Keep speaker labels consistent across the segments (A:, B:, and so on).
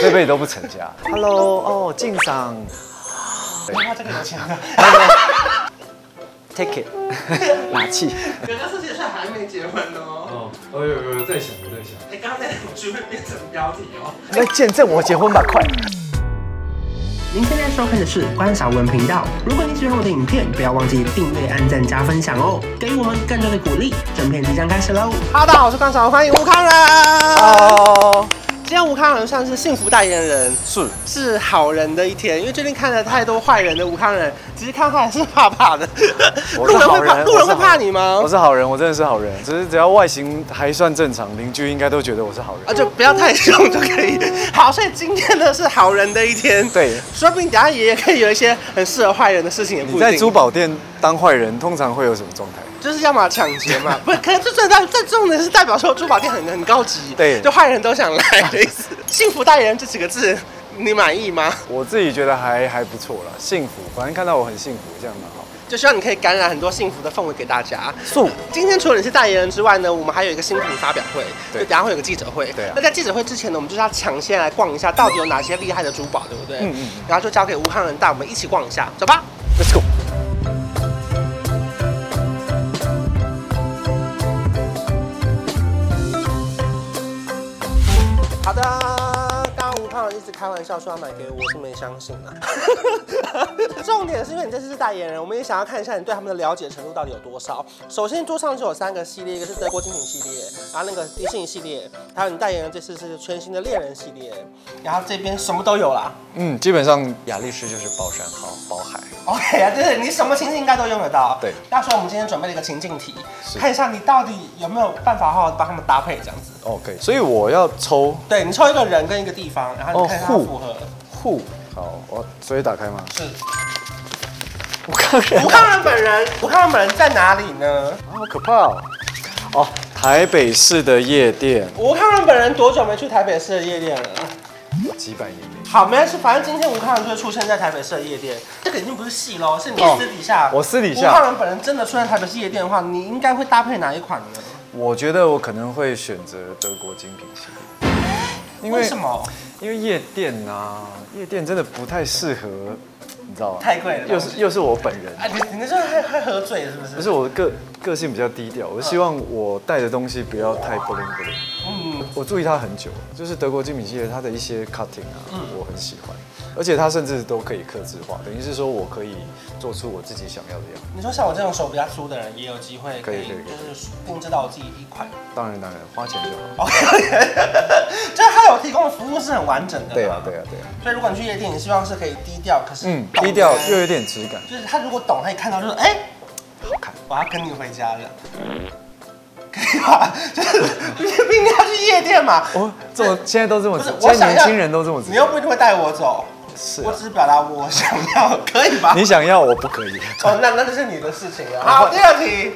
A: 这辈子都不成家。Hello，哦，敬赏
B: 电话这个有钱
A: 啊
B: 的，
A: ，take it，拿气。
C: 哥哥是其实还没结婚哦。
D: 哦，哦有有有在想，有在想。
C: 哎，刚刚那两句会变成标题哦。
A: 来哎见证我结婚吧，快！
C: 您现在收看的是关少文频道。如果你喜欢我的影片，不要忘记订阅、按赞、加分享哦，给予我们更多的鼓励。整片即将开始喽！哈，大家好，我是关少文，欢迎吴康仁。
A: 哦，
C: 呃今天吴康仁算是幸福代言人，
A: 是
C: 是好人的一天，因为最近看了太多坏人的吴康仁，其实看他还是怕怕的。
A: 我是
C: 路人
A: 好
C: 会怕，
A: 人
C: 路人会
A: 我是好
C: 怕你吗
A: 我？是好人，我真的是好人，只是只要外形还算正常，邻居应该都觉得我是好
C: 啊，
A: 人。
C: 就不要太凶就可以。好，所以今天呢是好人的一 天，
A: 对，
C: 说不定等下也可以有一些很适合坏人的事情，也不一
A: 你
C: 定。
A: 在珠宝店当坏人，通常会有什么状态？
C: 就是要么抢劫嘛， 不，可能最最代最重的是代表说珠宝店很很高级，
A: 对
C: 就坏人都想来的意思。幸福代言人这几个字，你满意吗？
A: 我自己觉得还还不错啦，幸福，反正看到我很幸福，这样蛮好。
C: 就希望你可以感染很多幸福的氛围给大家。
A: 素
C: 今天除了你是代言人之外呢，我们还有一个新品发表会，就
A: 对
C: 等下会有个记者会。
A: 对啊
C: 那在记者会之前呢，我们就是要抢先来逛一下，到底有哪些厉害的珠宝，对不对？
A: 嗯嗯嗯
C: 然后就交给吴康仁带我们一起逛一下，走吧。
A: ，Let's go。
C: 好的，刚刚吴胖一直开玩笑说要买给我，我是没相信的。 重点是因为你这次是代言人，我们也想要看一下你对他们的了解程度到底有多少。首先桌上就有三个系列，一个是德国精品系列，然后那个迪士尼系列，还有你代言人这次是全新的恋人系列，然后这边什么都有啦。
A: 嗯，基本上雅力士就是包山号、包海。
C: OK 啊，就是你什么情境应该都用得到。
A: 对
C: 那所以我们今天准备了一个情境题，看一下你到底有没有办法好好地帮他们搭配这样子。
A: OK，所哦以我要抽
C: 对你抽一个人跟一个地方，然后你
A: 哦
C: 看他
A: 互
C: 符合。
A: 户。好，我所以打开吗？
C: 是。
A: 我看人
C: 吴康仁本人，吴康仁本人在哪里呢？
A: 好可怕哦！哦，台北市的夜店，
C: 吴康仁本人多久没去台北市的夜店了？
A: 几百夜店。
C: 好，没关系，反正今天吴康仁就会出现在台北市的夜店。这个已经不是戏喽，是你私底下。
A: 哦我私底下
C: 吴康仁本人真的出现在台北市夜店的话，你应该会搭配哪一款呢？
A: 我觉得我可能会选择德国精品系列，因
C: 为什？么？
A: 因为夜店啊，夜店真的不太适合，你知道吗？
C: 太贵了吧
A: 又是又是我本人，
C: 哎、你你那时候还还喝醉是不
A: 可
C: 是？
A: 是我个个性比较低调，我希望我带的东西不要太 bling bling。
C: 嗯，
A: 我注意它很久，就是德国精品系列它的一些 cutting 啊，
C: 嗯
A: 我很喜欢，而且它甚至都可以克制化，等于是说我可以做出我自己想要的样子。
C: 你说像我这种手比较粗的人，也有机会
A: 可以可以可
C: 就是定制到我自己一款。
A: 当然当然，花钱就好。
C: OK，就是他有提供的服务是很完整的。
A: 对啊，对啊，对啊，
C: 所以如果你去夜店，你希望是可以低调，可是
A: 嗯，
C: 懂
A: 低调
C: 的
A: 又有点质感，
C: 就是他如果懂，他一看到就是哎、
A: 好看。
C: 我要跟你回家了， 可以吧？ 就是毕竟你要去夜店嘛，
A: 哦，这么现在都这么
C: 哎不是，我
A: 现在
C: 想
A: 年
C: 要
A: 轻人都这么直
C: 你
A: 接
C: 又不一定会带我走，
A: 是
C: 我
A: 啊
C: 只是表达我想要，可以吧？
A: 你想要我不可以，
C: 哦，那那就是你的事情了。好，第二题，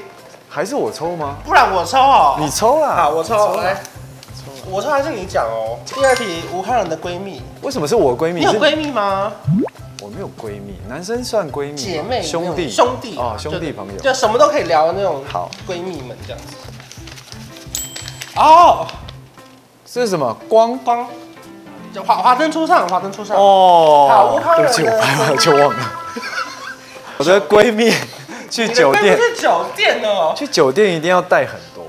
A: 还是我抽吗？
C: 不然我抽哦。
A: 你抽啦！
C: 好，我抽，
A: 你
C: 我
A: 啦
C: 来。我抽还是你讲哦。第二题，吴康仁的闺蜜，
A: 为什么是我闺蜜？
C: 你有
A: 是
C: 闺蜜吗？
A: 我没有闺蜜，男生算闺蜜吗，
C: 姐妹、
A: 兄弟、
C: 兄弟啊
A: 哦，兄弟朋友
C: 就，就什么都可以聊的那种，
A: 好
C: 闺蜜们这样子。哦，
A: 这是什么光？
C: 光，就华华灯初上，华灯初上。好
A: 哦
C: 我看，
A: 对不起，
C: 了
A: 我拍完了就忘 了。我的闺蜜去
C: 你的
A: 酒
C: 闺蜜
A: 店，
C: 是酒店哦，
A: 去酒店一定要带很多。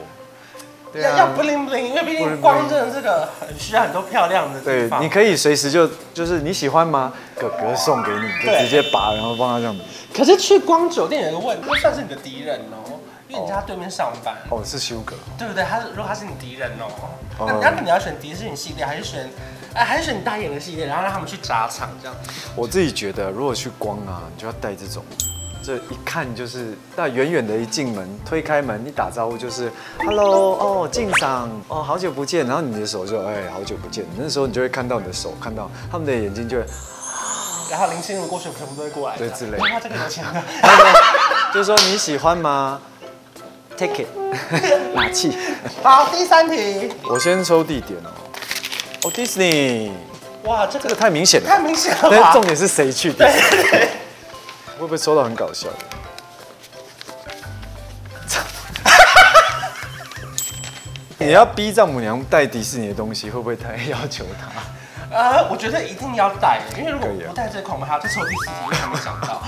A: 对
C: 要要
A: 啊
C: 不，灵不灵，因为毕
A: bling
C: 竟
A: bling
C: 光真的这个很需要很多漂亮的地
A: 对，
C: 方。
A: 你可以随时就就是你喜欢吗？哥哥送给你，就
C: 对
A: 直接拔，然后帮他这样子。
C: 可是去光酒店有一个问题，那算是你的敌人哦，因为你在他对面上班，
A: 哦，是修哥。
C: 对不对？他是如果他是你敌人哦，
A: 哦
C: 那那你要选迪士尼系列还是选？哎，还是选你代言的系列，然后让他们去砸场这样。
A: 我自己觉得，如果去光啊，你就要带这种，这一看就是，那远远的一进门，推开门一打招呼就是 “hello” 哦，敬赏哦，好久不见，然后你的手就哎，好久不见，那时候你就会看到你的手，看到他们的眼睛就会，
C: 然后林心如过去，全部都会过来这样。
A: 对之类
C: 哇，这个有钱的。啊
A: 然后呢就说你喜欢吗？Take it，拿气。
C: 好，第三题。
A: 我先抽地点哦，哦，Disney，
C: 哇，这
A: 这
C: 个
A: 个太明显
C: 太
A: 了，
C: 明显了
A: 但
C: 吧？
A: 是重点是谁去的？
C: 对对
A: 会不会抽到很搞笑的？ 你要逼丈母娘带迪士尼的东西，会不会太要求她？
C: 呃，我觉得一定要带，因为如果
A: 可以啊
C: 不带这恐怕他这是我第四集都还没讲 到，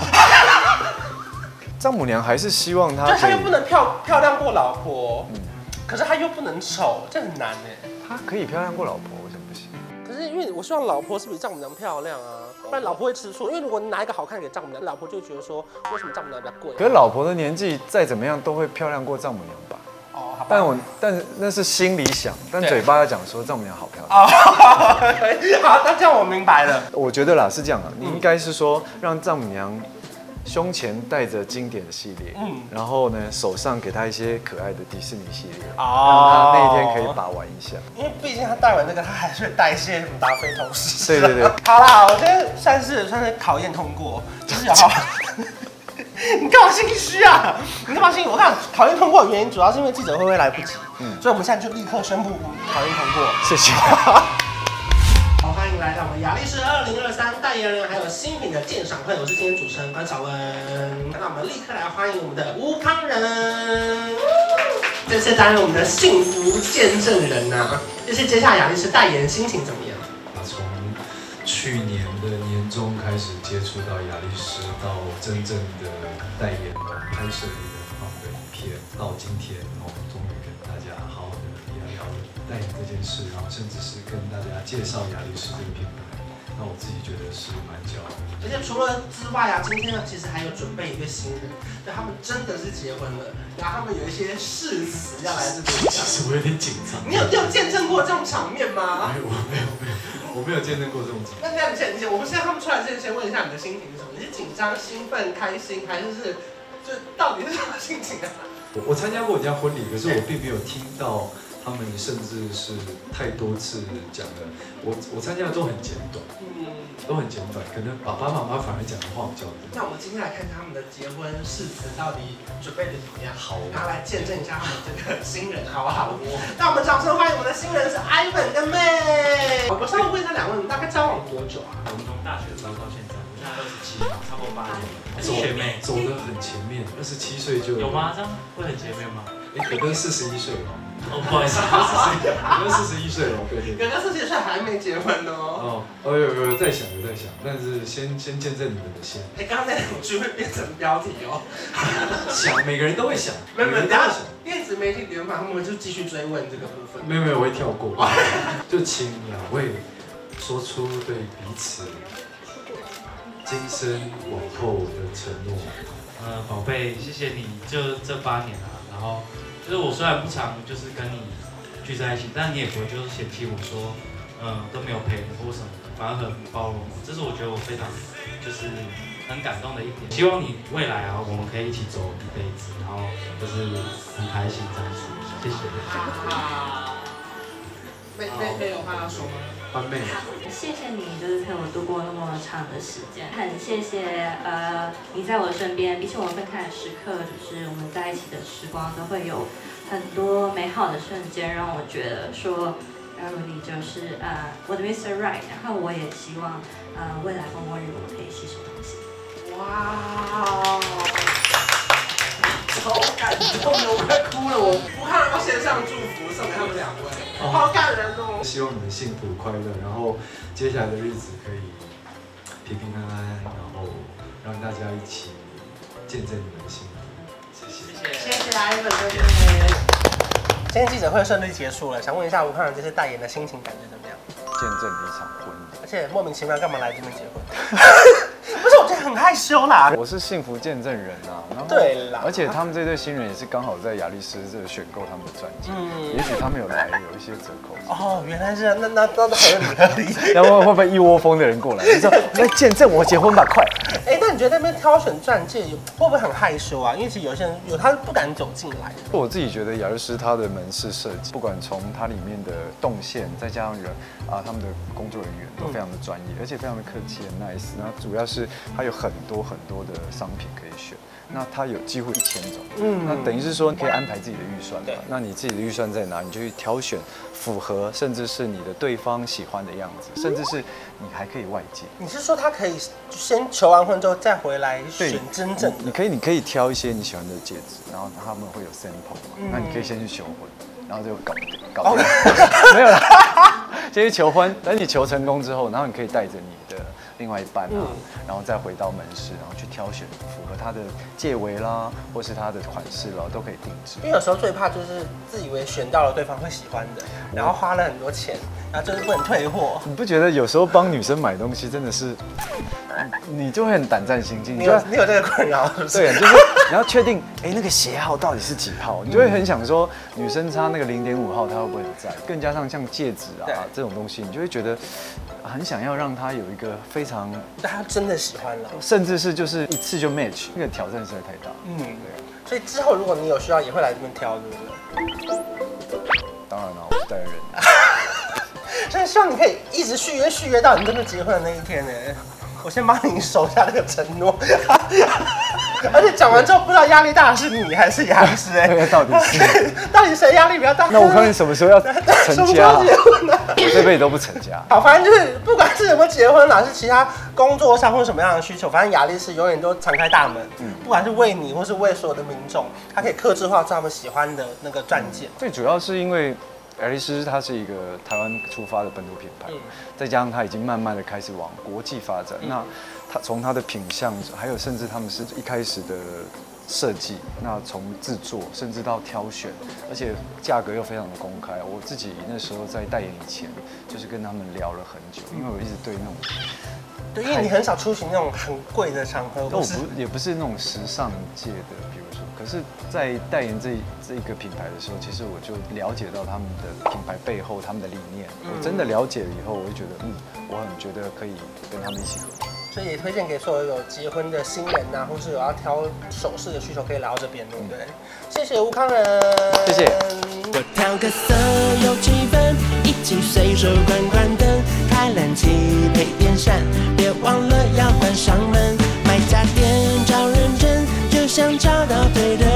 A: 丈母娘还是希望他
C: 就
A: 可
C: 他
A: 以
C: 又不，能漂漂亮过老婆，
A: 嗯
C: 可是他又不能丑，这很难哎。
A: 他可以漂亮过老婆，为什么不行？
C: 可是因为我希望老婆是比丈母娘漂亮啊，不然老婆会吃醋。因为如果你拿一个好看给丈母娘，老婆就会觉得说为什么丈母娘比较贵？
A: 可是老婆的年纪再怎么样都会漂亮过丈母娘吧？
C: 哦，好吧。
A: 但我但是那是心里想，但
C: 对
A: 嘴巴要讲说丈母娘好漂亮。
C: 哦， 好，那这样我明白了。
A: 我觉得啦是这样啊，你应该是说让丈母娘胸前戴着经典系列，
C: 嗯
A: 然后呢手上给她一些可爱的迪士尼系列，
C: 哦
A: 让她那一天可以把玩一下。
C: 因为毕竟他带完这个，他还是会带一些什么达菲同事。
A: 对对对。
C: 好啦，我觉得算是算是考验通过，就是有好。 你干嘛心虚啊？你干嘛心虚？我看考验通过的原因，主要是因为记者会会来不及，所以我们现在就立刻宣布我们考验通过。
A: 谢谢。
C: 好，欢迎来到我们雅力士二零二三代言人还有新品的鉴赏会，我是今天主持人关晓雯。那我们立刻来欢迎我们的吴康仁，这次担任我们的幸福见证人啊呐、就是接下来雅力士代言，心情怎么样？
D: 从去年的年中开始接触到亚历士，到真正的代言哦，拍摄一个放的影片，到今天哦，终于跟大家好好的聊聊代言这件事，然后甚至是跟大家介绍亚历士这个品牌，那我自己觉得是蛮骄傲的。
C: 而且除了之外啊，今天呢其实还有准备一对新人，对他们真的是结婚了，然后他们有一些誓词要来这边
D: 其
C: 讲。
D: 实我有点紧张，
C: 你有你有见证过这种场面吗？
D: 没有，我没有，没有，我没有见证过这种场面。
C: 那那你先，你先，我们现在他们出来之前，先问一下你的心情是什么？你是紧张、兴奋、开心，还是是，就到底是什么心情啊？
D: 我我参加过人家婚礼，可是我并没有听到他们，甚至是太多次讲的。我我参加的都很简短，
C: 嗯，
D: 都很简短，可能爸爸妈妈反而讲的话比较多。
C: 那我们今天来看看他们的结婚誓词到底准备的怎么样，
D: 好哦
C: 然后来见证一下他们这个新人，好不好？那我们掌声欢迎我们的新人是 Ivan 跟 May。我稍微问一下两位，你们大概交往多久啊？
E: 我们从大学的时候到现在，我现在二十七，差不多八年了，还
D: 走
E: 是学妹，
D: 走得很前面，二十七岁就
E: 哎有？吗？这样会很前面吗？
D: 哎、我哥四十一岁了，
E: 哦，不好意思，
D: 我哥四十一岁了，对对对。
C: 哥哥四十岁还没结婚哦。
D: 哦，哦有有有在想有在想，但是先先见证你们的先
C: 哎，刚刚那两句会变成标题哦。
D: 想，每个人都会想，
C: 没有没
D: 每
C: 有，
D: 个人都
C: 大
D: 会
C: 家
D: 想。
C: 电子媒体联访，我们就继续追问这个部分。
D: 没有没有，我会跳过。就请两位说出对彼此今生往后的承诺。
E: 呃，宝贝，谢谢你，就这八年啊，然后就是我虽然不常就是跟你聚在一起，但你也不会就是嫌弃我说，嗯、都没有陪我或什么的，反而很包容我，这是我觉得我非常就是很感动的一点。希望你未来啊，我们可以一起走一辈子，然后就是很开心这样子，谢谢。
C: 啊没没没有话要说吗？
D: 阿妹，
F: 谢谢你，就是陪我度过那么长的时间，很谢谢呃你在我身边，比起我们分开的时刻，就是我们在一起的时光，都会有很多美好的瞬间，让我觉得说，然后你就是呃我的 Mr. Right，然后我也希望呃未来风光日我们可以携手同行。
C: 哇，好感动的，我快哭了！我我看到线上祝福送给他们两位，好感人哦！
D: 希望你们幸福快乐，然后接下来的日子可以平平安安，然后让大家一起见证你们的幸福。谢谢。
C: 谢谢 Ivan 跟妹妹。今天记者会顺利结束了，想问一下吴康仁这次代言的心情感觉怎么样？
A: 见证一场婚礼，
C: 而且莫名其妙干嘛来这边结婚？ 不是，我觉得很害羞啦。
A: 我是幸福见证人啊。然后
C: 对啦
A: 而且他们这对新人也是刚好在亚丽斯这选购他们的专辑，
C: 嗯
A: 也许他们有来有一些折扣。
C: 哦，原来是这样那那那合理合理。
A: 要不然会不会一窝蜂的人过来？你说来见证我结婚吧，快！
C: 哎、那你觉得那边挑选钻戒有会不会很害羞啊？因为其实有些人有他是不敢走进来的。
A: 我自己觉得雅诗斯它的门市设计，不管从它里面的动线，再加上人啊，他们的工作人员都非常的专业，而且非常的客气很 nice。那主要是它有很多很多的商品可以选，那它有几乎一千种，嗯，那等于是说你可以安排自己的预算嘛
C: 对，
A: 那你自己的预算在哪，你就去挑选符合，甚至是你的对方喜欢的样子，甚至是你还可以外借。
C: 你是说他可以先求完婚之后再回来
A: 对
C: 选真正
A: 你你
C: 的？嗯
A: 可以，你可以挑一些你喜欢的戒指，然后他们会有 sample 嘛，那你可以先去求婚，然后就搞定搞
C: 哦
A: 定，没有啦，就是求婚。等你求成功之后，然后你可以带着你的另外一半啊，
C: 嗯
A: 然后再回到门市，然后去挑选符合他的戒围啦，或是他的款式啦，都可以定制
C: 因。为有时候最怕就是自以为选到了对方会喜欢的，然后花了很多钱，然后就是不能退货。
A: 你不觉得有时候帮女生买东西真的是，你就会很胆战心惊，
C: 你
A: 你就
C: 有
A: 要
C: 你有这个困扰是不是？
A: 对，就是你要确定，哎、那个鞋号到底是几号，你就会很想说，女生差那个零点五号，她会不会不在？更加上像戒指
C: 对
A: 啊这种东西，你就会觉得很想要让她有一个非常，
C: 但他真的喜欢了，
A: 甚至是就是一次就 match，那个挑战实在太大。
C: 嗯，所以之后如果你有需要，也会来这边挑，对不对？
A: 当然了，我是代言人，
C: 所以希望你可以一直续约，续约到你真的结婚的那一天呢。我先帮你守下这个承诺， 而且讲完之后不知道压力大的是你还是杨 师哎
A: 那，个到底是？
C: 到底谁压力比较大？
A: 那 我看你什么时候要成家、啊
C: 什么时候结婚呢？
A: 我这辈子都不成家。
C: 好，反正就是不管是有没有结婚啦，是其他工作上或什么样的需求，反正雅力士永远都敞开大门，
A: 嗯
C: 不管是为你或是为所有的民众，它可以克制化出他们喜欢的那个钻戒。
A: 最主要是因为爱丽丝它是一个台湾出发的本土品牌，
C: 嗯
A: 再加上它已经慢慢的开始往国际发展。那它从它的品相，还有甚至他们是一开始的设计，那从制作甚至到挑选，而且价格又非常的公开。我自己那时候在代言以前，就是跟他们聊了很久，因为我一直对那种
C: 对，因为你很少出席那种很贵的场合，
A: 但
C: 我
A: 我
C: 是
A: 不也不是那种时尚界的，比如说，可是，在代言这这一个品牌的时候，其实我就了解到他们的品牌背后他们的理念。我真的了解了以后，我就觉得，嗯，我很觉得可以跟他们一起合作。
C: 所以也推荐给所有有结婚的新人呐、或是有要挑首饰的需求，可以来到这边，对不对？谢谢吴康仁，
A: 嗯谢谢
G: 我调个色有气氛，一起随手关关灯，开冷气配电扇，别忘了要关上门。买家电找认真，就像找到对的